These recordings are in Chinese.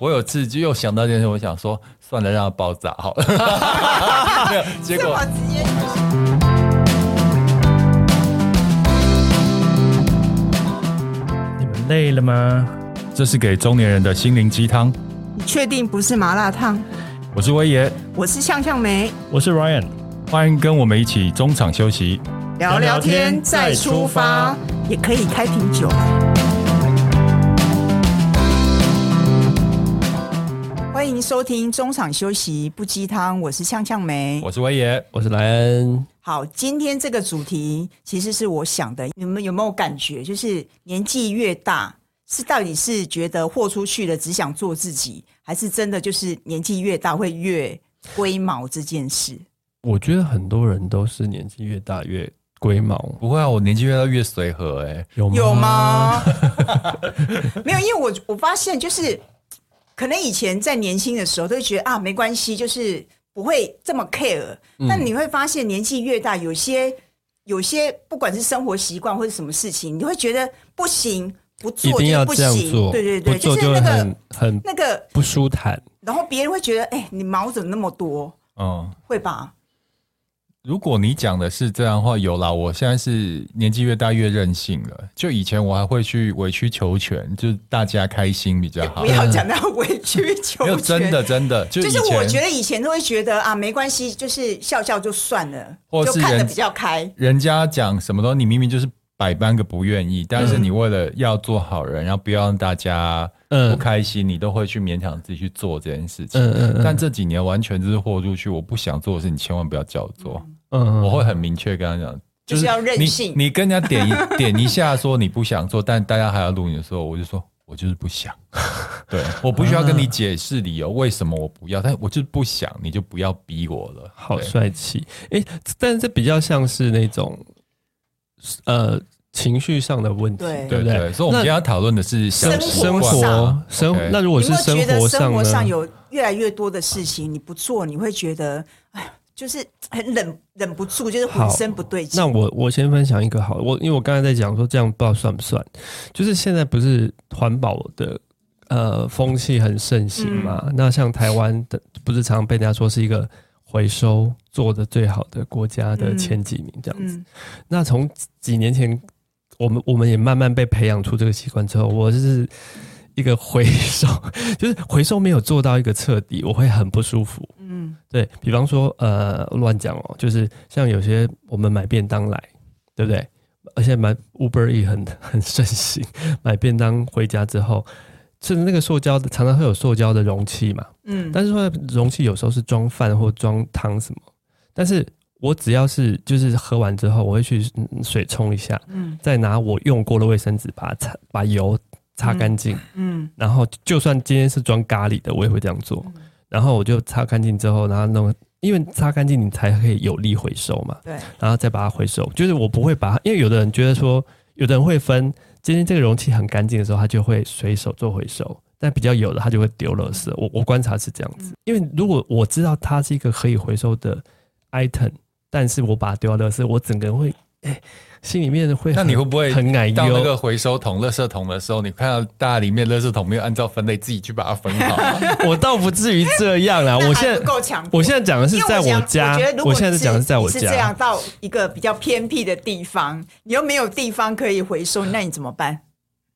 我有次就又想到这件事，我想说，算了，让它爆炸好 了。没有结这果么直接，你们累了吗？这是给中年人的心灵鸡汤。你确定不是麻辣烫？我是威爷，我是向向梅，我是 Ryan，欢迎跟我们一起中场休息。聊聊天再出发，也可以开瓶酒。欢迎收听中场休息不鸡汤，我是向向梅。我是威爷，我是莱恩。好，今天这个主题其实是我想的，你们有没有感觉？就是年纪越大，是到底是觉得豁出去了，只想做自己，还是真的就是年纪越大会越龟毛这件事？我觉得很多人都是年纪越大越龟毛，不会啊，我年纪越大越随和哎、有吗？有？吗？ 没有，因为我我发现就是，可能以前在年轻的时候都会觉得啊，没关系，就是不会这么 care。但嗯你会发现，年纪越大，有些有些不管是生活习惯或者什么事情，你会觉得不行，不一做定就要不这样行。做，对对对，不做是就那会个很很那个，不舒坦。然后别人会觉得，哎、你毛怎么那么多？嗯，会吧？如果你讲的是这样的话，有啦，我现在是年纪越大越任性了。就以前我还会去委曲求全，就是大家开心比啊较好不。要讲到 委 曲求没有全。真的真的，就以就是前我觉得以前都会觉得啊，没关系，就是笑笑就算了，或就是看得人比较开。人家讲什么东西，你明明就是百般个不愿意，但是你为了要做好人，然后不要让大家不嗯开心，你都会去勉强自己去做这件事情。嗯嗯嗯但这几年完全就是豁出去，我不想做的事，你千万不要叫我做。嗯，我会很明确跟他讲，就是要任你性你跟人家点一 点一下说你不想做，但大家还要录你的时候，我就说我就是不 想。对，我不需要啊跟你解释理由为什么我不要，但我就是不想，你就不要逼我了。好对帅气。诶，但是这比较像是那种呃情绪上的问题，对对不对，所以我们今天要讨论的是小那习生惯活生 OK 那如你有果是没有觉得活生上活呢？上有越来越多的事情你不做，你会觉得哎，就是很忍忍不住，就是浑身不对劲那。我我先分享一个好了，我因为我刚才在讲说这样不知道算不算，就是现在不是环保的呃风气很盛行嘛？那像台湾的不是常被人家说是一个回收做的最好的国家的嗯前几名这样子。嗯，那从几年前，我们我们也慢慢被培养出这个习惯之后，我是一个回收， 就是回收没有做到一个彻底，我会很不舒服。嗯，对比方说，呃，乱讲哦，就是像有些我们买便当来，对不对？而且买 Uber E 很很盛行，买便当回家之后，甚至那个塑胶的常常会有塑胶的容器嘛，嗯，但是说容器有时候是装饭或装汤什么，但是我只要是就是喝完之后，我会去嗯水冲一下，嗯再拿我用过的卫生纸把它擦把油擦干净，嗯然后就算今天是装咖喱的，我也会这样做。然后我就擦干净之后，然后弄，因为擦干净你才可以有力回收嘛，对，然后再把它回收。就是我不会把它，因为有的人觉得说，有的人会分，今天这个容器很干净的时候，他就会随手做回收。但比较有的，他就会丢垃圾。我我观察是这样子，因为如果我知道它是一个可以回收的 item，但是我把它丢到垃圾，我整个人会，哎、心里面会很，那你会不会很奶到那油？个回收桶、垃圾桶的时候，你看到大家里面垃圾桶没有按照分类自己去把它分好， 我倒不至于这样啦。那我还 现在不够强迫，我现在讲的是因为在想家我觉得，如我果现在你讲的是在我你是这家样。到一个比较偏僻的地方，你又没有地方可以回收，那你怎么办？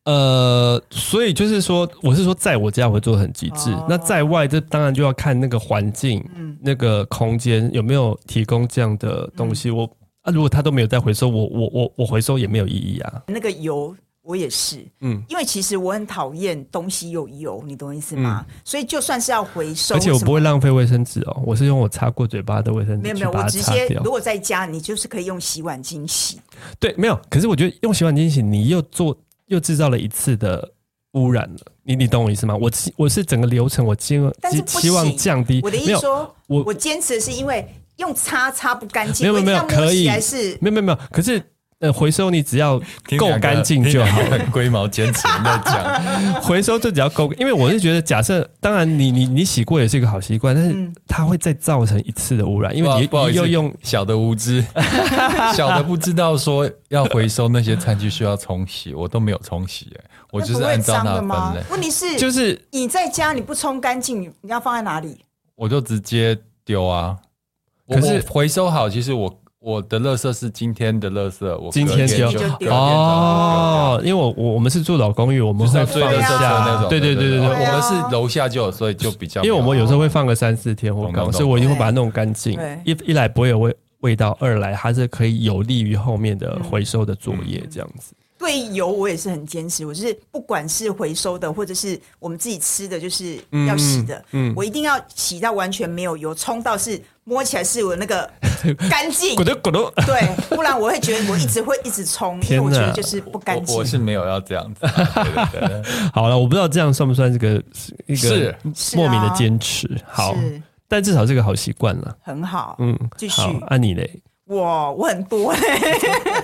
呃，所以就是说，我是说，在我家我会做的很极致。哦那在外，这当然就要看那个环境、嗯那个空间有没有提供这样的东嗯西。我啊，如果他都没有在回收，我我我我回收也没有意义啊。那个油，我也是，嗯，因为其实我很讨厌东西有油，你懂我意思吗？所以就算是要回收，嗯而且我什么不会浪费卫生纸哦，我是用我擦过嘴巴的卫生没纸有没去有，把我它直擦接掉如。果在家，你就是可以用洗碗巾洗。对，没有。可是我觉得用洗碗巾洗，你又做又制造了一次的污染了。你你懂我意思吗？我希我是整个流程，我希望但是不希望行降低。我的意没思有说，我我坚持的是因为用擦擦不干净，没有没有我一定要摸可以起来是。没有没有没有，可是呃，回收你只要听够两个干净就好听。两个很龟毛坚持在讲，回收就只要够，因为我是觉得，假设当然你你你洗过也是一个好习惯，但是嗯它会再造成一次的污 染，因为不好你不好意思你又用小的无 知，小的不知道说要回收那些餐具需要冲洗，我都没有冲洗、欸，我就是那不会按照脏那的分吗类？，问题是，就是你在家你不冲干净，你要放在哪里？我就直接丢啊。我可是我回收好，其实我我的垃圾是今天的垃圾，我今天丢丢就丢哦，因为我我我们是住老公寓，我就们是会要放最垃圾放的下那下种。，对对对对我对，对啊们是楼下就有，所以就比较因为我们有时候会放个三四天或懂干嘛，懂所以我一定会把它弄干净对。一一来不会有味味道，二来它是可以有利于后面嗯的回收的作业嗯这样子。对油我也是很坚持，我就是不管是回收的，或者是我们自己吃的，就是要洗的，嗯嗯我一定要洗到完全没有油，冲到是摸起来是有那个干 净咕，噜咕噜，对，不然我会觉得我一直会一直冲，因为我觉天哪得就是不干我净我。是没有要这样子，啊对对对 好了，我不知道这样算不算这个一是个莫名的坚持。好，啊是但至少是个好习惯了。很好，嗯，继续好，按你嘞，我我很多、欸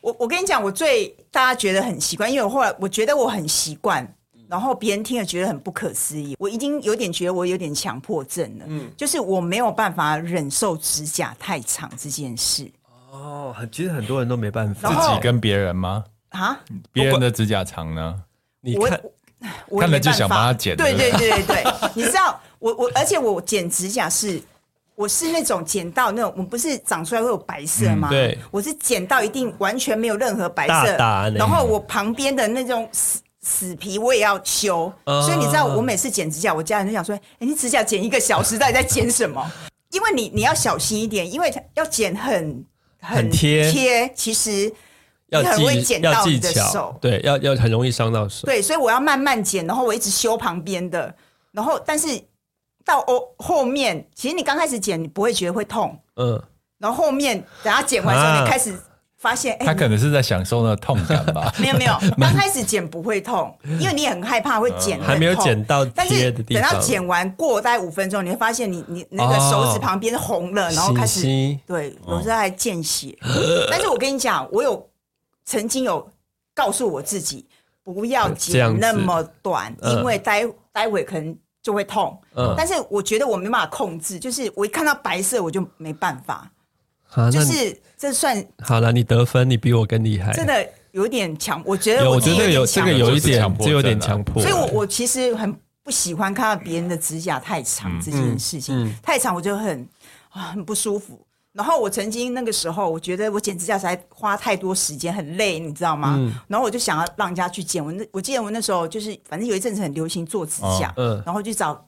我我跟你讲，我最大家觉得很习惯，因为我后来我觉得我很习惯，然后别人听了觉得很不可思议，我已经有点觉得我有点强迫症了，嗯，就是我没有办法忍受指甲太长这件事哦，很其实很多人都没办然自后己跟别人吗？啊，别人的指甲长呢？你我看，我看了也没就想办法帮他剪对对对对对对，你知道我我，而且我剪指甲是。我是那种剪到那种，我们不是长出来会有白色吗？嗯对我是剪到一定完全没有任何白大色，大那然后我旁边的那种死死皮我也要修，啊所以你知道我每次剪指甲，我家人就想说：“哎，你指甲剪一个小时，到底在剪什么？” 因为你你要小心一点，因为要剪很很贴贴，其实要你很会技剪要到技你的巧手，对，要要很容易伤到手。对，所以我要慢慢剪，然后我一直修旁边的，然后但是到哦后面，其实你刚开始剪你不会觉得会痛，嗯，然后后面等它剪完之后，啊你开始发现，哎、他可能是在享受那个痛感 吧。没有没有，刚开始剪不会痛，因为你很害怕会剪、啊还没有剪。到但贴是的地等方，哦到剪完过大概五分钟，你会发现你你那个手指旁边红了，然后开始信息对，有时候还见血。但是我跟你讲，我有曾经有告诉我自己，不要这样剪子那么短，嗯因为待待会可能就会痛。嗯但是我觉得我没办法控制，就是我一看到白色我就没办法，啊，就那你是这算好了，你得分，你比我更厉害。真的有点强。哎我觉得有，我自觉己得有点这强个有就一是点强，迫这有症点啊强迫。所以我我其实很不喜欢看到别人的指甲太长这件事情，嗯嗯太长我就很啊很不舒服。然后我曾经那个时候，我觉得我剪指甲才花太多时间，很累，你知道吗？嗯然后我就想要让人家去剪。我那我记得我那时候就是，反正有一阵子很流行做指甲，嗯嗯然后去找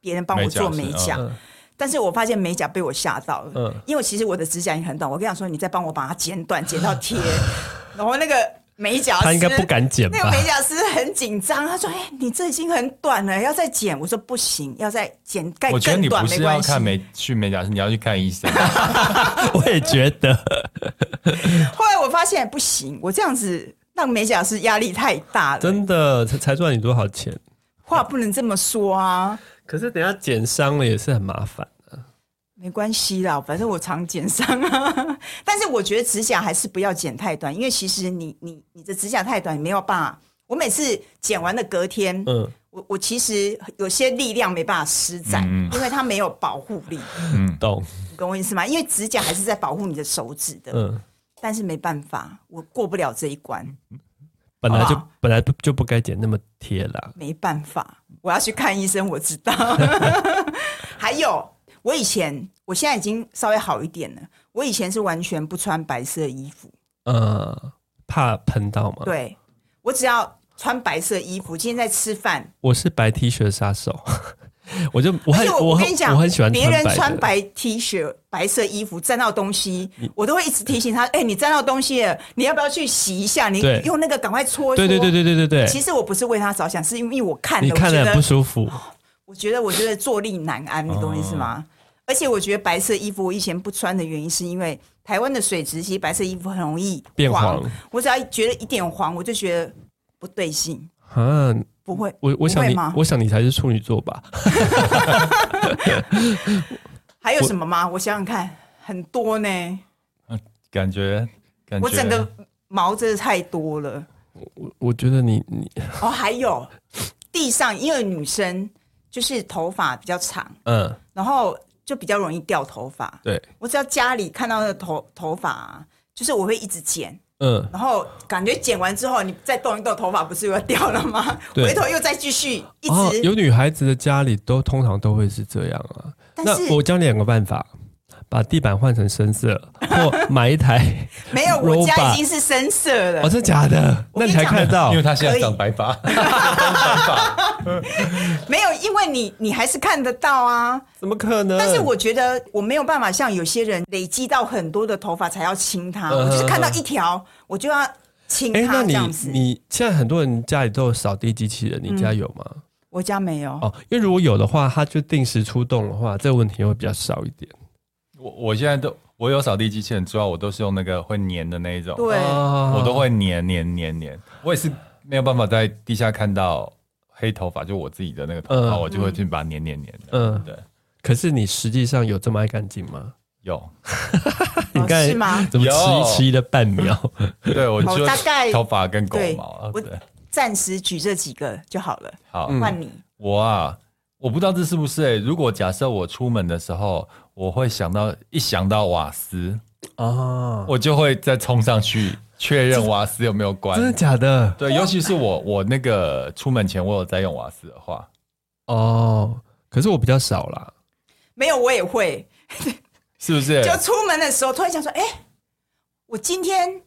别人帮我做美美甲师甲。嗯但是我发现美甲被我吓到了，嗯因为其实我的指甲已经很短，我跟你讲说，你再帮我把它剪短，剪到 贴，然后那个美甲他应该师不敢剪吧那个美甲师很紧张，他说：“哎、你这已经很短了，要再剪。”我说：“不行，要再剪，再哎我觉得更你短不没是要关系。看”美去美甲师，你要去看医生。 我也觉得， 后来我发现不行，我这样子让美甲师压力太大了，真的才才赚你多少钱？话不能这么说啊。可是等下剪伤了也是很麻烦。没关系啦，反正我常剪伤啊。 但是我觉得指甲还是不要剪太短，因为其实你你你的指甲太短，你没有办法。我每次剪完的隔天，嗯，我我其实有些力量没办法施展，嗯因为它没有保护力，懂。你懂我意思吗？因为指甲还是在保护你的手指的，嗯，但是没办法，我过不了这一关，本来好就不好本来就不该剪那么贴啦。没办法，我要去看医生，我知道。 还有，我以前，我现在已经稍微好一点了，我以前是完全不穿白色衣服。嗯，怕喷到嘛。，对，我只要穿白色衣服，今天在吃饭，我是白 T 恤杀手， 我就我而很且我我我很跟你讲，我很喜欢别人穿的白 T 恤、白色衣服沾到东西，我都会一直提醒他：哎、你沾到东西了，你要不要去洗一下？你对用那个赶快搓一搓。对对对对对对对，其实我不是为他着想，是因为我看哎你了，我看觉了很得哦不，舒服。我觉得，我觉得坐立难安，你懂我意思哦吗？而且我觉得白色衣服我以前不穿的原因，是因为台湾的水质，其实白色衣服很容易变黄我只要觉得一点黄，我就觉得不对劲。啊，不会，我我想不会你吗，我想你才是处女座吧？还有什么吗？我想想看，很多呢。感觉感觉我整个毛真的太多了。我我觉得你你哦，还有地上，因为女生就是头发比较长，嗯，然后就比较容易掉头发。对，我只要家里看到那个头头发啊、就是我会一直剪，嗯，然后感觉剪完之后，你再动一动，头发不是又要掉了吗？对回头又再继续一哦，直。有女孩子的家里都通常都会是这样啊。但那是我教你两个办法，把地板换成深色，或买 一台。没有，我家 Robot 已经是深色了哦，。真的假的？我那跟你你还讲看得到因为？他现可在以长白发，没有，因为你你还是看得到啊。怎么可能？但是我觉得我没有办法像有些人累积到很多的头发才要清它，嗯我就是看到一条我就要清哎，那它这你样子。你现在很多人家里都有扫地机器人，你家有吗？我家没有，哦，因为如果有的话，它就定时出动的话，这个问题会比较少一点。我我现在都我有扫地机器人之外，我都是用那个会粘的那一种，对哦我都会粘粘粘粘。我也是没有办法在地下看到黑头发，就我自己的那个头发，嗯我就会去把它粘粘粘的。嗯。对，可是你实际上有这么爱干净吗？有， 你哦刚才是吗？怎么有迟疑迟疑了半秒？ 对我哦就大 概头发跟狗对毛啊。我对，暂时举这几个就好了，好，嗯换你。我啊，我不知道这是不是、欸。如果假设我出门的时候，我会想到一想到瓦斯，哦，我就会再冲上去确认瓦斯有没有关真。的假的？对，尤其是我我那个出门前我有在用瓦斯的话，哦，可是我比较少啦。没有，我也会。是不是？就出门的时候，突然想说，哎、我今天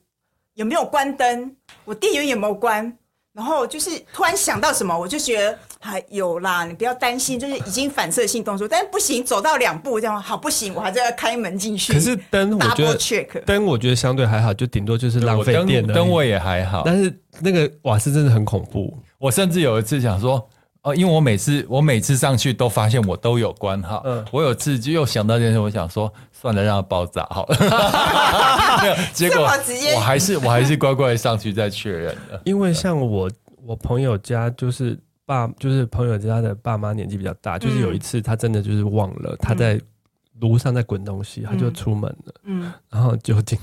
有没有关灯？我电源有没有关？然后就是突然想到什么，我就觉得还有啦，你不要担心，就是已经反射性动作，但是不行，走到两步这样，好不行，我还是要开门进去。可是灯，我觉 double 得 check，灯，我觉得相对还好，就顶多就是浪费我电灯的。灯我也还好，但是那个瓦斯真的很恐怖。我甚至有一次想说，哦、因为我每次我每次上去都发现我都有关哈，嗯我有次就又想到这件事，我想说算了，让它爆炸好 了，没有，结这果么直接我还是我还是乖乖地上去再确认的，因为像我，我朋友家就是爸，就是朋友家的爸妈年纪比较大，就是有一次他真的就是忘了他在炉上在滚东西，他就出门了，嗯，然后就警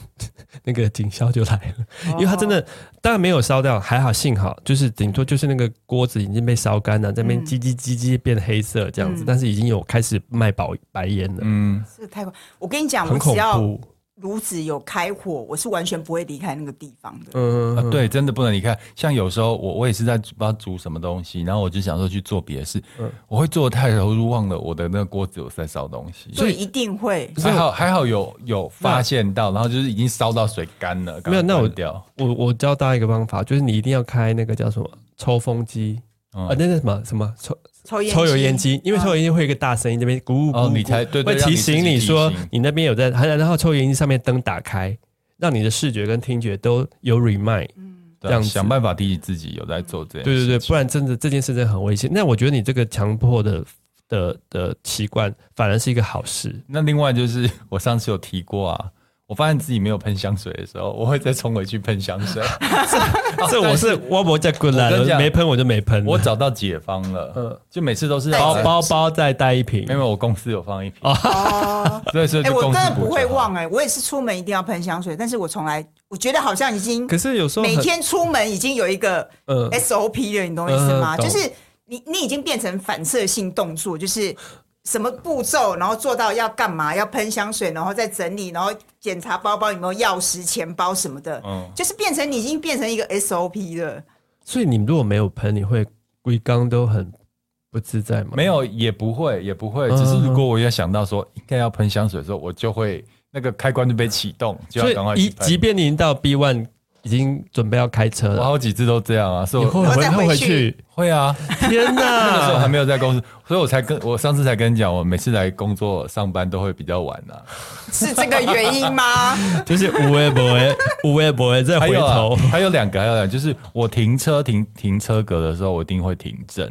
那个警消就来了，哦因为他真的当然没有烧掉，还好幸好就是顶多就是那个锅子已经被烧干了，在那边嗯叽叽叽叽变黑色这样子，嗯但是已经有开始卖白白烟了，嗯，是太恐，我跟你讲，我很恐只要怖。炉子有开火，我是完全不会离开那个地方的。嗯、啊，对，真的不能离开。像有时候我我也是在不知道煮什么东西，然后我就想说去做别的事，嗯我会做的太投入，忘了我的那个锅子有在烧东西。所以一定会，还好还好有有发现到，然后就是已经烧到水干了，没赶快有那我关掉我我教大家一个方法，就是你一定要开那个叫什么抽风机、嗯啊，那那什么什么抽抽烟抽油烟机，因为嗯抽油烟机会有一个大声音，这边咕咕咕咕哦你才对对会让提你自己醒你说提醒你那边有在，还然后抽油烟机上面灯打开，让你的视觉跟听觉都有 remind。嗯对啊这样子想办法提醒自己有在做这件对事对对，情不然真的这件事真的很危险。那我觉得你这个强迫的的的习惯，反而是一个好事。那另外就是 我上次有提过啊，我发现自己没有喷香水的时候，我会再冲回去喷香 水。这我是我不在滚我跟你了，讲没喷我就没喷。我找到解方了，嗯就每次都是包包包再带一瓶没，有，我公司有放一瓶，哦。 所以所以哎、就我真公司的不会就好忘哎、我也是出门一定要喷香水，但是我从来我觉得好像已经可是有时候每很天出门已经有一个嗯 SOP 了，你懂我意思吗？嗯懂就是你你已经变成反射性动作，就是什么步骤，然后做到要干嘛，要喷香水，然后再整理，然后检查包包有没有钥匙、钱包什么的，嗯，就是变成你已经变成一个 SOP 了。所以你如果没有喷，你会龟缸都很不自在吗？没有也不会也不会，嗯只是如果我要想到说应该要喷香水的时候，我就会那个开关就被启动，就所要赶快以一去即喷。便你已经到 B one 已经准备要开车我了，好几次都这样啊，所以你我会然后回再会回回去去？会啊，天 那时候还哪！没有在公司，所以我才跟我上次才跟你讲，我每次来工作上班都会比较晚啊。是这个原因吗？ 就是无微 不微，无微不微再还回有、头啊、。还有两个，还有两个，就是我停车停停车格的时候，我一定会停正，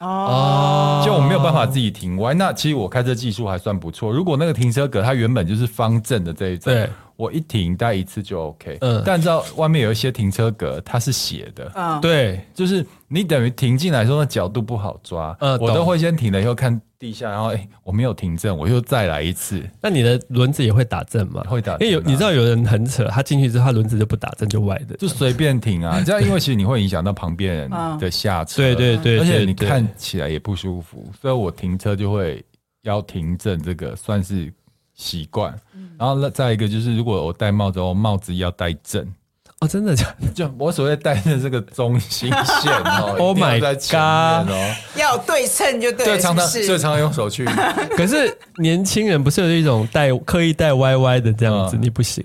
哦，就我没有办法自己停歪。那其实我开车技术还算不错，如果那个停车格它原本就是方正的这一种，对我一停带一次就 OK。嗯啊嗯，但知道外面有一些停车格它是斜的。嗯，对，就是你等于停进来的时候，那角度不好抓，嗯我都懂会先停了以后看地下，然后哎、我没有停正，我又再来一次，那你的轮子也会打正吗？会打因为有正啊你知道有人很扯，他进去之后他轮子就不打正就歪的。就随便停 啊，这样因为其实你会影响到旁边人嗯的下车，对对对，而且对你对看起来也不舒服，所以我停车就会要停正，这个算嗯是习惯。然后那再一个就是，如果我戴帽子，我帽子要戴正， 哦，真的假 的？就我所谓带的这个中心线哦 Oh 一定要 my 在前面哦，要有对称就对对，了，是常不常是？所以常常用手去，可是年轻人不是有一种带刻意带歪歪的这样子，嗯你不行。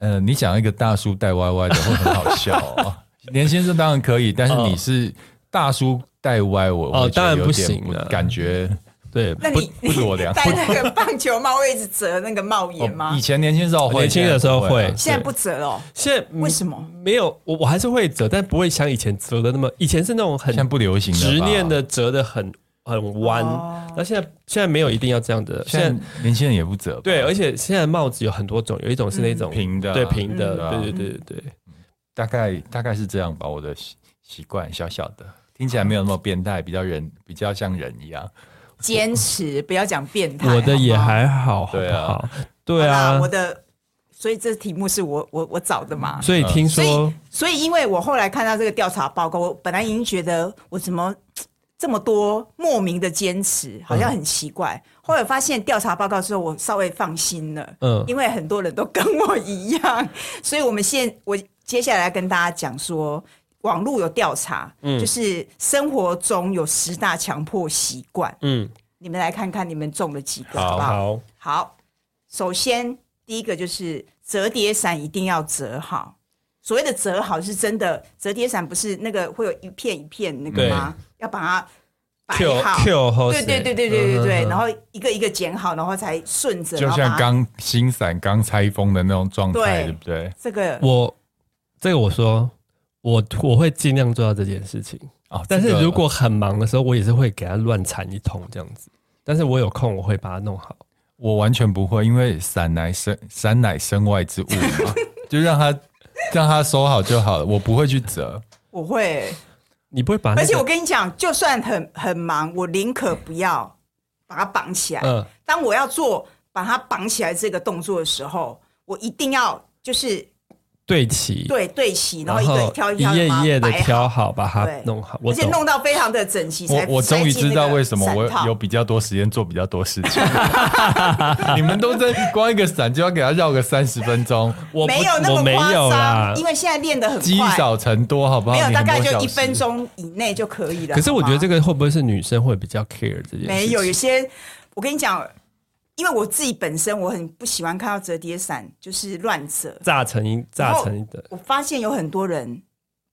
呃，你想要一个大叔带歪歪的会很好笑 哦。年先生当然可以，但是你是大叔带歪，我哦我觉得当然有不点行了感觉对，那你不你不裸聊戴那个棒球帽会一直折那个帽哦檐吗以？前年轻时候会，年轻的时现在候不了会现在不折了哦，现在嗯为什么没有？我我还是会折，但不会像以前折的那么。以前是那种啊很现在不流行了吧执念的折的很很弯哦，那现在现在没有一定要这样的。现现在在年轻人也不折吧，对，而且现在帽子有很多种，有一种是嗯那种平的啊对平的，嗯对对对对对。大概大概是这样吧，我的习习惯小小的，听起来没有那么变态，比较人比较像人一样。坚持不要讲变态？我的也好不好还好，好对不啊好？对好啦啊我，的，所以这题目是我我我找的嘛。所以听嗯所以说，所以因为我后来看到这个调查报告，我本来已经觉得我怎么这么多莫名的坚持，好像很奇怪。后来发现调查报告之后，我稍微放心了，嗯因为很多人都跟我一样， 所以我们现我接下来跟大家讲说。网络有调查，嗯就是生活中有十大强迫习惯，嗯，你们来看看你们中了几个，好好不好？好，好，首先第一个就是折叠伞一定要折好。所谓的折好是真的，折叠伞不是那个会有一片一片那个吗？要把它摆 Q 好。 Q 嗯后对对对对对对对，然后后一个一个剪好，然后才顺着，嗯就然后像把它刚新伞刚拆封的那种状态，对对不对？这个我这个我说我我会尽量做到这件事情，哦，但是这个如果很忙的时候，我也是会给他乱缠一通这样子。但是我有空我会把它弄好，我完全不会，因为伞乃身伞乃身外之物嘛， 就让它让它收好就好了，我不会去折。我会，你不会把那个而且我跟你讲，就算很很忙，我宁可不要把它绑起来。嗯当我要做把它绑起来这个动作的时候，我一定要就是对齐，对对齐，然后然一个一后挑一一挑页把它一页的摆好挑好，把它对弄好。我而且懂，弄到非常的整齐。才我我终于塞进知那道个为什么我伞套有比较多时间做比较多事情。 你们都在光一个伞就要给它绕个三十分钟，我不没有那我么没夸有啦啊张，因。为现在练得很积快，少成多，好不好？没有你大很多概就小一时分钟以内就可以了。可是我觉得这个个会不会是女生会比较 care 这件事情？没有有些，我跟你讲，因为我自己本身我很不喜欢看到折叠伞就是乱折，炸成一炸成一的，我发现有很多人。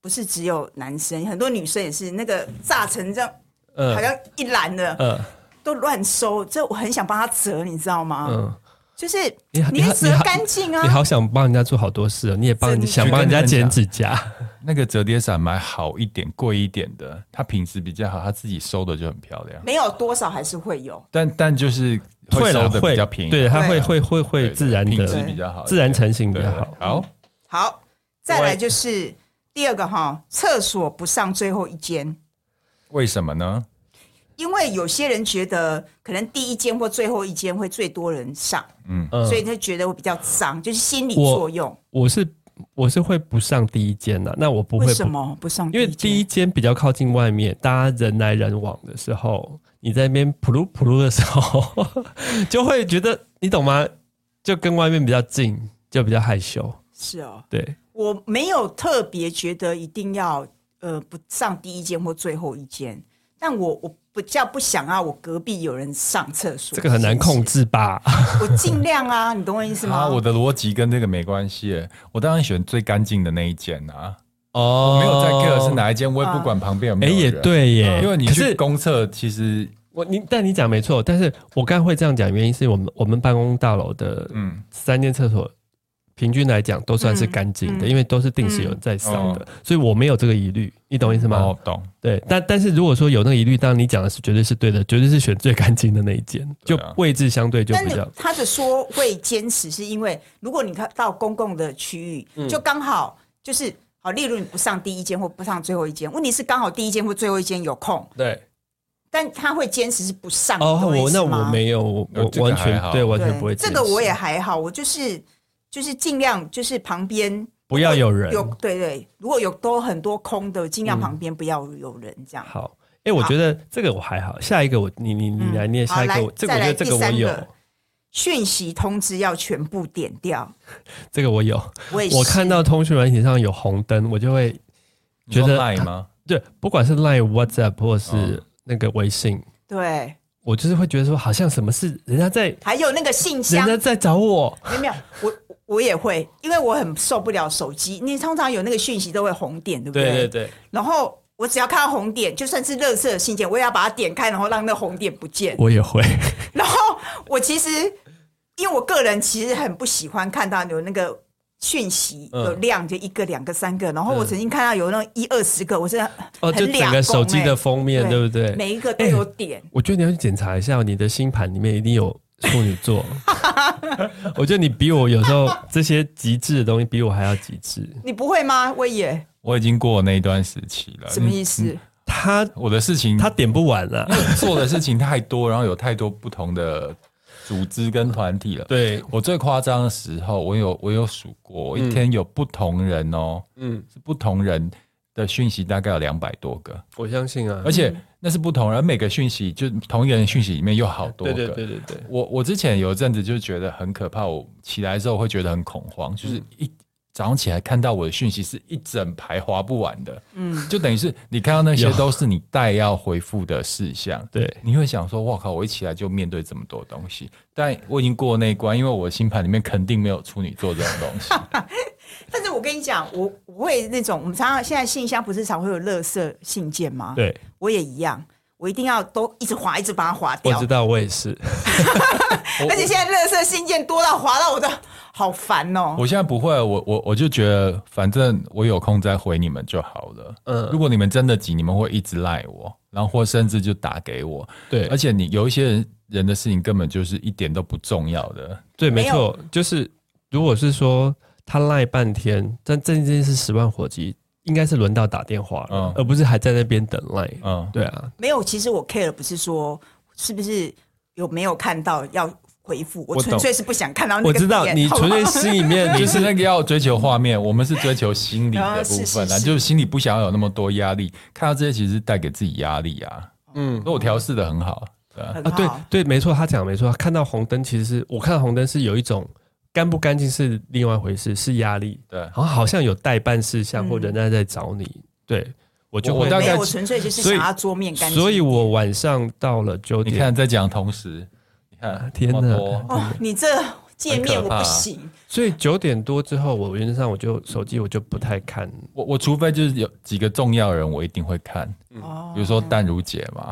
不是只有男生，很多女生也是那个炸成这样，好嗯像一篮的、嗯都乱收，这我很想帮他折，你知道吗？嗯，就是你你好要折好干净啊！你好想帮人家做好多事哦，你也帮真的想帮人家剪指甲，那个折叠伞买好一点、贵一点的，它品质比较好，它自己收的就很漂亮。没有多少还是会有。但但就是会会收了的会比较便宜，对，它对会啊会会对会对自然品质的比较好，自然成型比对较好。好，好，再来就是第二个哈，厕所不上最后一间，为什么呢？因为有些人觉得可能第一间或最后一间会最多人上，嗯所以他觉得我比较脏，就是心理我作用。我是我是会不上第一间啊的，那我不会为不什么不上？因为第一一间比较靠近外面，大家人来人往的时候，你在那边噗噜噗噜的时候， 就会觉得你懂吗？就跟外面比较近，就比较害羞。是哦，对，我没有特别觉得一定要呃不上第一间或最后一间，但我我比较不想要我隔壁有人上厕所，这个很难控，制 吧？ 我尽量啊，你懂我意思吗？啊，我的逻辑跟这个没关系，我当然选最干净的那一间啊，哦没有在 care 是？哪一间，我也啊不管旁边有哎，没有人。哦也，对耶，因为你可去是公厕其实我你但你讲没错，但是我刚才会这样讲，原因是我们我们办公大楼的嗯三间厕所。平均来讲都算是干净的，嗯嗯因为都是定时有人在上的，哦所以我没有这个疑虑，你懂我意思吗？哦懂，对，但但是如果说有那个疑虑，当然你讲的是绝对是对的，绝对是选最干净的那一间，对就啊位置相对就但比是较他的说会坚持，是因为如果你看到公共的区域，就刚好就是好，例如你不上第一间或不上最后一间，问题是刚好第一间或最后一间有空，对。但他会坚持是不上。你，哦懂我意思那吗我没有，我呃我这个完还全好对完对全不会坚这持。个我也还好，我就是就是尽量就是旁边不要有人嗯有对对，如果有都很多空的，尽量旁边不要有人这样。好。哎，我觉得这个我还好。下一个我你你你嗯来念好下一来个，我这个再我觉来得这个第我三个有讯息通知要全部点掉。这个我有，我也哎是我看到通讯软体上有红灯，我就会你说觉得 Line 吗？对，不管是 Line、WhatsApp 或是嗯那个微信，对，我就是会觉得说，好像什么事人家在还有那个信人箱，家在找我，没有没有，我我也会，因为我很受不了手机，你通常有那个讯息都会红点，对不对对，然后我只要看到红点，就算是垃圾信件，我也要把它点开，然后让那红点不见。 我也会，然后我其实，因为我个人其实很不喜欢看到有那个讯息嗯有量，就一个、两个、三个。然后我嗯曾经看到有那种一二十个，我真的哦，就很整两个手公机欸的封面，对对不对？每一个都有点。我觉得你要去检查一下，你的星盘里面一定有处女 座。我觉得你比我有时候这些极致的东西比我还要极致。你不会吗，威爷？我已经过了那一段时期了。嗯什么意思？思？他我的事情，他他点不完啊了，做的事情太多，然后有太多不同的组织跟团体了。对，我最夸张的时候，我有我有数过，我一天有不同人哦，嗯，是不同人的讯息大概有两百多个，我相信啊而，且那是不同人，每个讯息就同一个人讯息里面有好多对个。对对对对，我我之前有一阵子就觉得很可怕，我起来之后会觉得很恐慌，嗯就是一、早上起来看到我的讯息是一整排划不完的，嗯，就等于是你看到那些有都是你待要回复的事项。对你会想说，哇靠！我一起来就面对这么多东西，但我已经过那一关，因为我的星盘里面肯定没有处女座这种东西。但是我跟你讲，我我会那种，我们常常现在信箱不是常会有垃圾信件吗？，对，我也一样，我一定要都一直划，一直把它划我掉知。道，我也是。而且现在垃圾信件多到划到我都好烦哦、我现在不会，我我我就觉得，反正我有空再回你们就好了。嗯嗯，如果你们真的急，你们会一直赖我，然后或甚至就打给我。对而且你有一些人人的事情根本就是一点都不重要的。对，没没错，就是如果是说他赖半天，但这件事十万火急，应该是轮到打电话了，嗯而不是还在那边等赖。嗯，对啊，没有，其实我 care 不是说是不是有没有看到要回复，我我纯懂粹是不想看到那个我知道点你纯粹心里面就就是是那个要追求画面，我们是追求心理的部分啊是是啦，是就是心里不想要有那么多压力。看到这些其实带给自己压力啊。嗯嗯，那我调试的很好。对 啊，很啊，对好对，没错，他讲没错，看到红灯其实是我看到红灯是有一种干不干净是另外一回事，是压力，对然后好像有代办事项嗯或人家在找你，对我就我会大没概有，我纯粹就是想要桌面干净。所以我晚上到了九你点，看在讲同时，你看天哪这么多哦，你这界面我很可怕不行，所以九点多之后，我原则上我就手机我就不太看，我我除非就是有几个重要人，我一定会看，嗯哦比如说淡如姐嘛，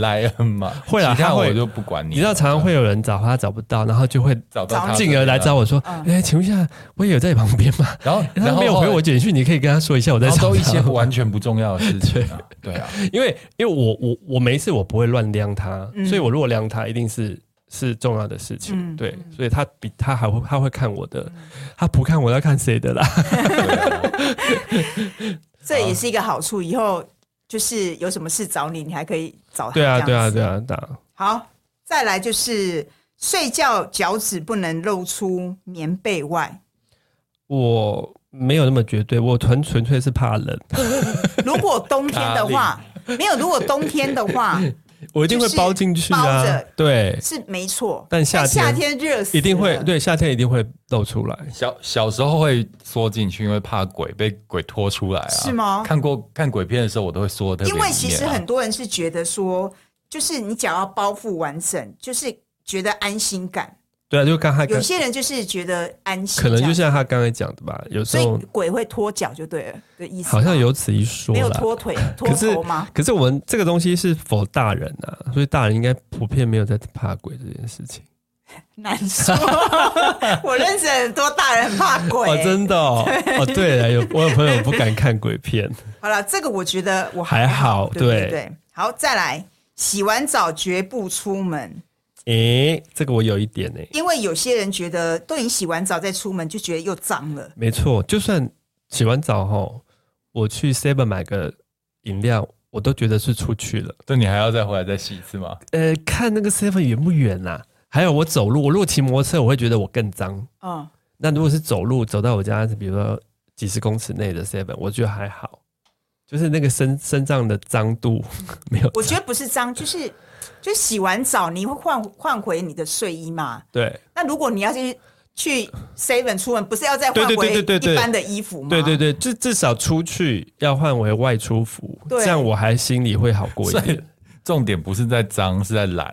莱恩嘛，会啦其他他会我就不管你。啊你知道，常常会有人找他找不到，然后就会找到他找进而来找我，我说：“嗯哎、请问一下，我也有在你旁边吗然 后？”然然后后没有回我，简讯，你可以跟他说一下我在然后找都一他些完全不重要的事情 啊，对啊，因为因为我我我每一次我不会乱晾他，嗯所以我如果晾他，一定是是重要的事情。嗯对，所以他比他还会他会看我的， 他不看我要看谁的啦。这也是一个好处。以后就是有什么事找你，你还可以找他。对啊，这对啊，样子对。啊，对啊，好，再来就是睡觉脚趾不能露出棉被 外。我没有那么绝对，我纯纯粹是怕冷，如果冬天的话，没有。如果冬天的 话我一定会包进去啊。就是包着对，是没错，但夏天夏天热死了一定会，对，夏天一定会露出来。小小时候会缩进去，因为怕鬼被鬼拖出来啊，是吗看过看鬼片的时候，我都会缩的、因为其实很多人是觉得说，就是你脚要包覆完整，就是觉得安心感。对啊，就刚才有些人就是觉得安心可这样，能就像他刚才讲的吧，有时所候以鬼会拖脚就对了的意思吗。好像有此一说没有啦。拖 腿、拖可是头吗？可是我们这个东西是否大人啊，所以大人应该普遍没有在怕鬼这件事情。难说。 我认识很多大人很怕鬼、哦，真的哦，哦对 了，有我有朋友不敢看鬼片，好了，这个我觉得我还好对对对对。好，再来，洗完澡绝不出门，诶，这个我有一点诶，因为有些人觉得都已经洗完澡再出门，就觉得又脏了。没错，就算洗完澡后，我去 Seven 买个饮料，我都觉得是出去了。对你还要再回来再洗一次吗？呃，看那个 Seven 远不远呐、还有我走路，我如果骑摩托车，我会觉得我更脏。嗯，那如果是走路走到我家，比如说几十公尺内的 Seven，我觉得还好，就是那个身身上的脏度没有我觉得不是脏，就是就洗完澡你会换换回你的睡衣嘛。对。那如果你要去去 seven 出门，不是要再换对对回对对对一般的衣服吗？ 对对对，至至少出去要换为外出服，对这样我还心里会好过一所以点。重点不是在脏，是在 懒。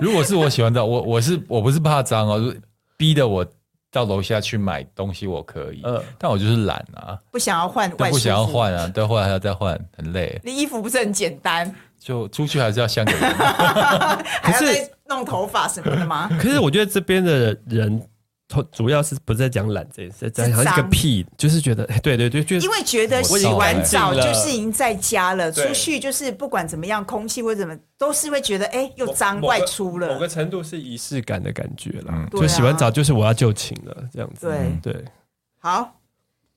如果是我喜欢脏，我我是我不是怕脏哦，就是逼得我到楼下去买东西我可以，嗯但我就是懒啊，不想要换都外不出想要服，换啊，再换还要再换，很累。你衣服不是很简单，就出去还是要像个人，啊 还要可是再弄头发什么的 吗？可是我觉得这边的人，头主要是不是在讲懒这件事，在讲一个脏屁，就是觉得，哎对对对，就因是为觉得我已洗经完干净澡了就是已经在家了，对出去就是不管怎么样，空气或怎么都是会觉得哎、又脏某个外出某个了。程度是仪式感的感觉啦。嗯就洗完澡就是我要就寝了，这样子。啊对对，好，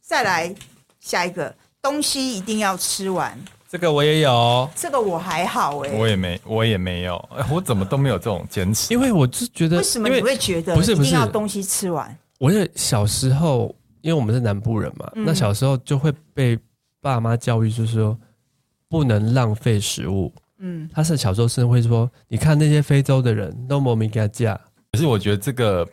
再来下一个东西一定要吃完，这个我也有，这个我还好哎、我也没我也没有，哎我怎么都没有这种坚持。因为我是觉得，为什么因你为会觉得不是一不定是要东西吃完？我是小时候，因为我们是南部人嘛，嗯那小时候就会被爸妈教育，就是说不能浪费食物。嗯，他是小时候甚至会说，你看那些非洲的人都莫名给他架，可是我觉得这个，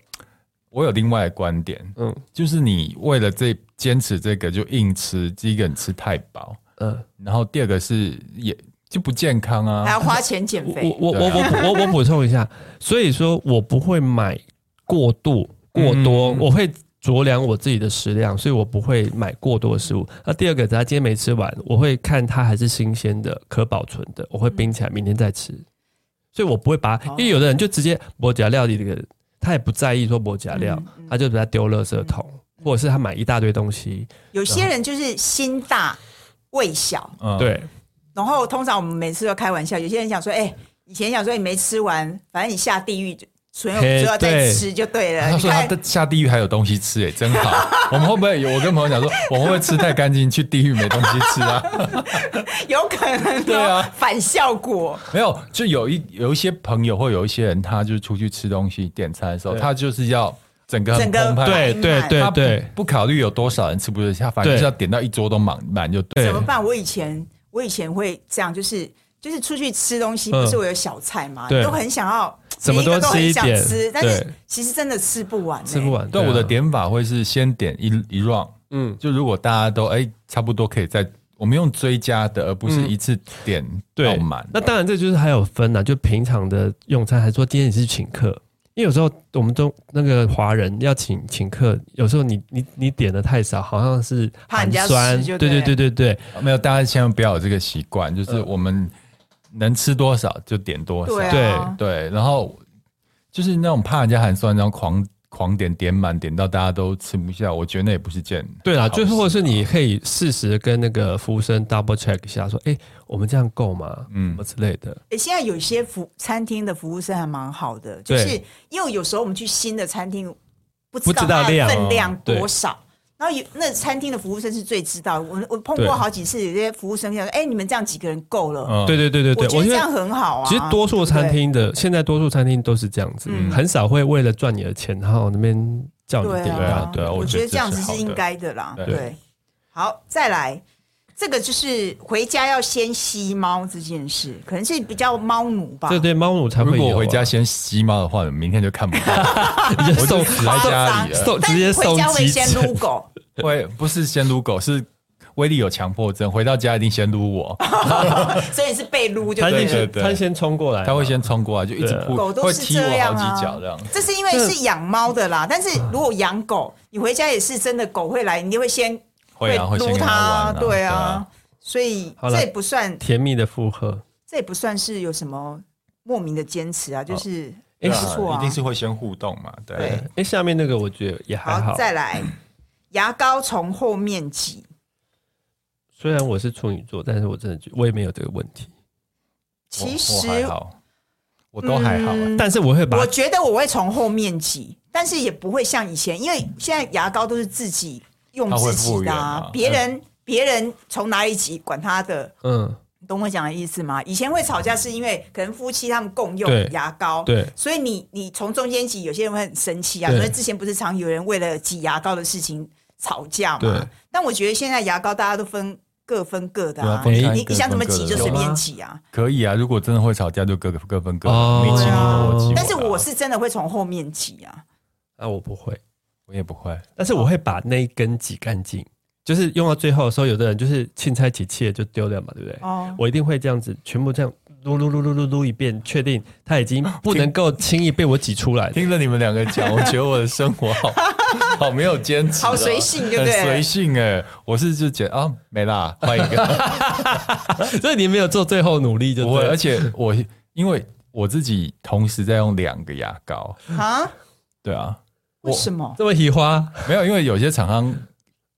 我有另外的观点，嗯就是你为了这坚持这个就硬吃，第一个你吃太饱，嗯，然后第二个是也就不健康还啊。要花钱减我肥。我我我对啊我我我补充一下，所以说我不会买过度过多，嗯我会。酌量我自己的食量，所以我不会买过多的食物。那第二个，他今天没吃完，我会看它还是新鲜的、可保存的，我会冰嗯起来，明天再吃。所以我不会把，因哦为有的人就直接抹假料理这个，他也不在意说抹假料嗯，嗯他就把它丢垃圾桶，嗯或者是他买一大堆东西。有啊些人就是心大胃小，嗯，对，然后通常我们每次都开玩笑，有些人想说，哎、以前想说你没吃完，反正你下地狱，所有嘿只要再对吃就对了。他你说他看 的下地狱还有东西吃、哎，真好。我们会不会有？我跟朋友讲说，我们会不会吃太干净，去地狱没东西吃啊？有可能对啊有反效果。没有，就有一有一些朋友或有一些人，他就是出去吃东西点餐的时候，对他就是要整个很整个澎湃，对满对满对他不对，不考虑有多少人吃不吃得下，反正对就是要点到一桌都满满就对对了。怎么办？我以前我以前会这样，就是就是出去吃东西，嗯不是我有小菜嘛，对都很想要，什么每一个都多吃很一想点吃，但是对其实真的吃不完、欸吃不。完。对啊我的，点法会是先点一一 round，嗯，就如果大家都哎、差不多可以再，我们用追加的，而不是一次点到嗯对满。，那当然这就是还有分啊啦，就平常的用餐，还是说今天你是请客，因为有时候我们中那个华人要请请客，有时候你你你点的太少，好像是怕人寒家酸吃就对对对对对对，没有，大家千万不要有这个习惯，就是嗯我们能吃多少就点多少。对啊，对然后就是那种怕人家寒酸，然后狂狂点点满，点到大家都吃不下，我觉得那也不是件对啦，好就是或者事是你可以适时跟那个服务生 double check 一下，说，哎、我们这样够吗？嗯什么之类的。诶现在有些服餐厅的服务生还蛮好的，就是对因为有时候我们去新的餐厅，不不知道它的量哦分量对多少。然后有那餐厅的服务生是最知道，我我碰对过好几次，有些服务生讲，哎，你们这样几个人够了，嗯对对对对对，我觉我得觉这样得很好啊。其实多数餐厅的现在多数餐厅都是这样子，嗯很少会为了赚你的钱，然后那边叫你对点对大啊啊，对啊我我觉觉得得这这样子是好是的应该的啦。对对，好，再来，这个就是回家要先吸猫这件事，可能是比较猫奴吧。对对，猫奴才如会有、果啊。我回家先吸猫的话，明天就看不到， 你就我送就死在家里了。送但直接回送家会急先诊。撸狗，会不是先撸狗，是威力有强迫症，回到家一定先撸 我， 所以是被撸就他对先对了。对先他先冲过来嘛，他会先冲过来，就一直对啊扑，狗都会是踢我这样好啊几脚这样。这是因为是养猫的啦，但是如果养狗，你回家也是真的狗会来，你就会先会啊，会先撸跟它他玩、啊，对啊，，所以好了这也不算，甜蜜的附和。这也不算是有什么莫名的坚持啊，就是对不啊错啊，一定是会先互动嘛，对啊。对哎、下面那个我觉得也还好。好，再来，嗯牙膏从后面挤，虽然我是处女座，但是我真的觉得我也没有这个问题，我其我实还好，我都还好、啊嗯但是我会把我觉得我会从后面挤，但是也不会像以前，因为现在牙膏都是自己用它会自己复的、原啊别人别人从哪里挤，管他的。嗯，你懂我讲的意思吗？以前会吵架是因为可能夫妻他们共对用牙膏，对所以你你从中间挤，有些人会很生气啊。对所以之前不是常有人为了挤牙膏的事情吵架嘛对？但我觉得现在牙膏大家都分各分各的对啊啊，分你开你各你想怎么分各挤的就随有吗便挤啊。可以啊，如果真的会吵架，就各各分各的，哦你挤你的，对啊我挤我的啊。但是我是真的会从后面挤啊，啊，我不会，我也不会，但是我会把那一根挤干净，就是用到最后的时候，有的人就是青菜起切就丢掉嘛，对不对？哦，我一定会这样子，全部这样撸撸撸撸撸撸一遍，确定它已经不能够轻易被我挤出来。听着你们两个讲，我觉得我的生活好 好没有坚持哦，好随性对不很对随性哎，我是就觉得啊，没啦，换一个。 所以你没有做最后努力就不会，对而了，且我因为我自己同时在用两个牙膏，啊？对啊，为什么？这么喜花没有，因为有些厂商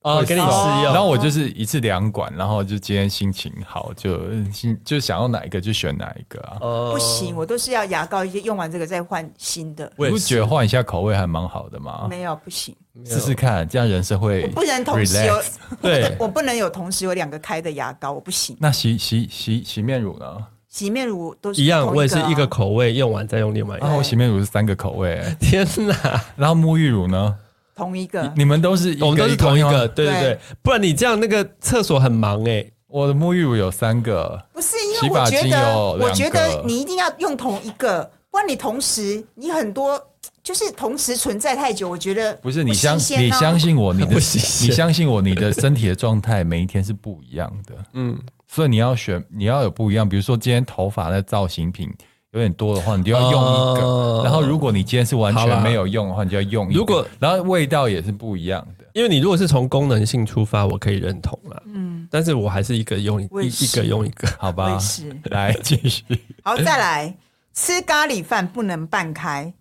啊，会给你试送哦用然。后我就是一次两管，然后就今天心情好，就嗯心就想要哪一个就选哪一个啊。哦不行，，我都是要牙膏用完这个再换新的，我也不是觉得换一下口味还蛮好的嘛，没有不行，试试看，这样人生会我不能同时有 relax 对， 我不能有同时有两个开的牙膏，我不行。那洗洗洗洗面乳呢？洗面乳都是一哦样，同我也是啊一个口味用完再用另外一啊，个。我洗面乳是三个口味、欸天哪，然后沐浴乳呢？同一个你，你们都是一个我们都是同一个，吗对对对，不然你这样那个厕所很忙哎。我的沐浴乳有三个，不是因洗为发我觉精得，有我两觉得个你一定要用同一个，不然你同时你很多就是同时存在太久，我觉得不是你新相鲜啊你相信我，你的 不你新鲜相信我，你的身体的状态每一天是不一样的，嗯，所以你要选你要有不一样。比如说今天头发的造型品有点多的话，你就要用一个。哦然后如果你今天是完好啦全没有用的话，你就要用一个。如果然后味道也是不一样的，因为你如果是从功能性出发，我可以认同啦。嗯，但是我还是一个用一我也是一个用一个。好我吧也？是。来继续，好，再来吃咖喱饭不能半开，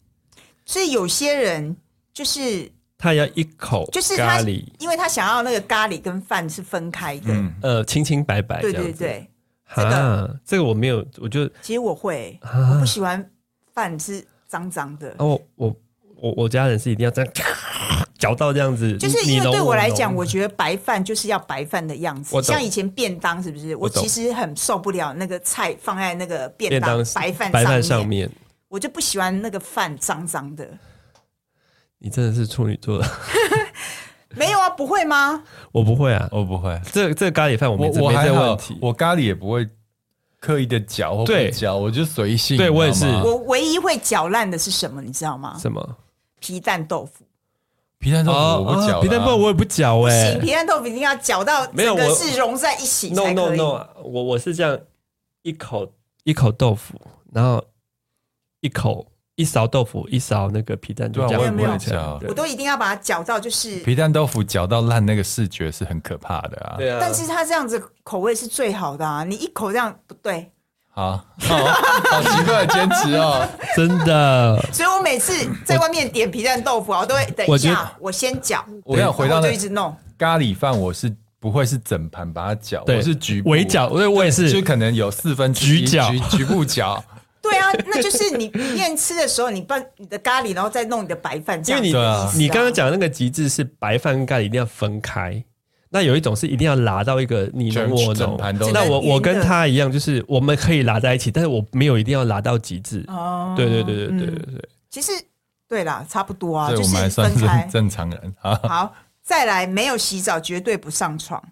所以有些人就是他要一口就是他咖喱，，因为他想要那个咖喱跟饭是分开的，嗯，呃，清清白白这对样对子。对。哈，这个我没有，我就其实我会，啊我不喜欢饭是脏脏的，啊，我我我我家人是一定要这样嚼到这样子，就是你因为对我来讲，你我觉得白饭就是要白饭的样我子，懂像以前便当是不是？我懂其实很受不了那个菜放在那个便便当当白饭白饭上上，面，我就不喜欢那个饭脏脏的。你真的是处女座的， 没有啊，不会吗？我不会啊，我哦不会，这这咖喱饭我没我这我没还这好问题，，我咖喱也不会刻意的嚼或对不嚼，我就随性。对你我也知道吗是我唯一会搅烂的是什么，你知道吗？什么？皮蛋豆腐，皮蛋豆腐我哦不嚼啊啦、皮蛋包我也不嚼哎、行，皮蛋豆腐一定要搅到没有整个我是融在一起 No 才 no 可以。 no，我我是这样一口一口豆腐，然后一口一勺豆腐，一勺那个皮蛋就对啊这样我也不会这样嚼对我都一定要把它搅到就是，皮蛋豆腐嚼到烂，那个视觉是很可怕的啊。对啊，但是它这样子口味是最好的啊！你一口这样不对，好， 好，好奇怪的坚持哦。真的所以我每次在外面点皮蛋豆腐啊，我都会等嗯我一觉得下，我先搅，我要回到然后那就一直弄。咖喱饭，我是不会是整盘把它搅，对我是局部围，剿，对我也就是可能有四分之一局搅局局部 搅。对啊，那就是你面吃的时候，你把你的咖喱，然后再弄你的白饭，这因样为你、对啊你刚刚讲的那个极致是白饭跟咖喱一定要分开，那有一种是一定要拉到一个你侬全我整侬盘都是。那我圆的我跟他一样，就是我们可以拉在一起，但是我没有一定要拉到极致。哦对对对对对对嗯对对，其实对啦，差不多啊，对就我们还是算分是开。正常人啊。好，再来，没有洗澡绝对不上床，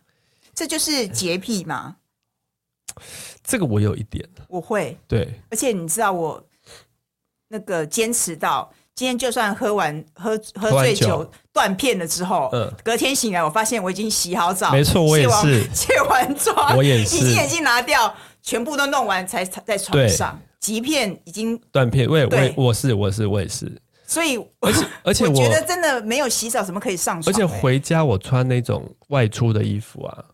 这就是洁癖嘛。这个我有一点，我会，对，而且你知道我那个坚持到今天，就算喝完喝喝喝完醉酒酒断片了之后，嗯隔天醒来，我发现我已经洗好澡，没错我也是 卸完卸完妆，我也是已经眼睛拿掉，全部都弄完才才在床上，极片已经，断片，我也我也对我是我是我也是，所以而且而且我我觉得真的没有洗澡，怎么可以上而床、且欸回家我穿那种外出的衣服啊，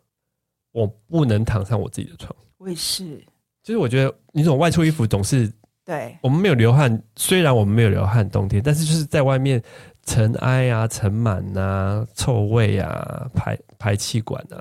我不能躺上我自己的床。我也是，就是我觉得你这种外出衣服总是对，我们没有流汗，虽然我们没有流汗冬天，但是就是在外面尘埃啊、尘螨啊、臭味啊、排排气管啊，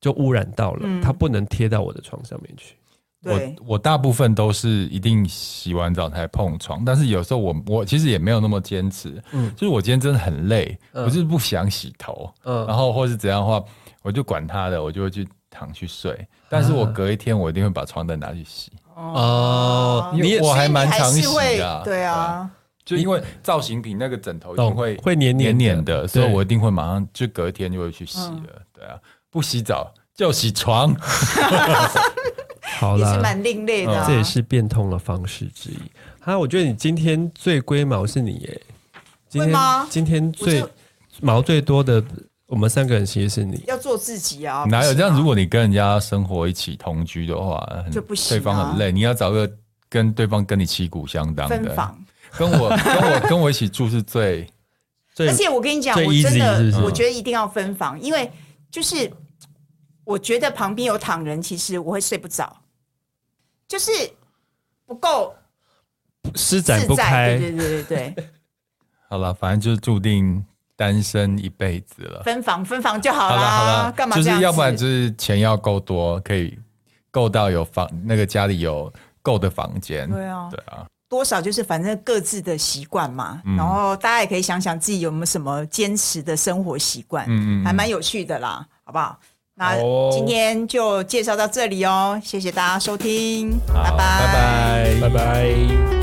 就污染到了，嗯它不能贴到我的床上面去。我对，我大部分都是一定洗完澡才碰床，但是有时候我我其实也没有那么坚持，嗯就是我今天真的很累，嗯我就是不想洗头，嗯然后或是怎样的话，我就管他的，我就会去躺去睡。但是我隔一天我一定会把床单拿去洗，哦因为你也我还蛮常所以洗你还是的、会对啊，就因为造型品那个枕头一懂定会会黏黏黏黏的，所以嗯对我一定会马上就隔天就会去洗了。对啊，不洗澡就是床，好也啦，嗯是蛮另类的、啊这也是变通的方式之一。哈，我觉得你今天最龟毛是你耶，今会天吗今天最我就毛最多的，我们三个人其实是你。要做自己啊。哪有这样？如不果你跟人家生活一起同居的话，很就不行啊对方很累，你要找个跟对方跟你旗鼓相当行啊分的。房？跟我跟我跟我一起住是最最而且我跟你讲，最我真 easy 是不的是我觉得一定要分房，因为就是我觉得旁边有躺人，其实我会睡不着，就是不够施展自不在。开，对对对对 对，好了，反正就是注定单身一辈子了。分房分房就好好了好啦了，，干嘛就这样是子？要不然就是钱要够多，可以够到有房那个家里有够的房间。对啊对啊，嗯多少就是反正各自的习惯嘛，然后大家也可以想想自己有没有什么坚持的生活习惯，嗯嗯嗯还蛮有趣的啦，好不好？那好哦今天就介绍到这里哦，谢谢大家收听，好拜拜，拜拜。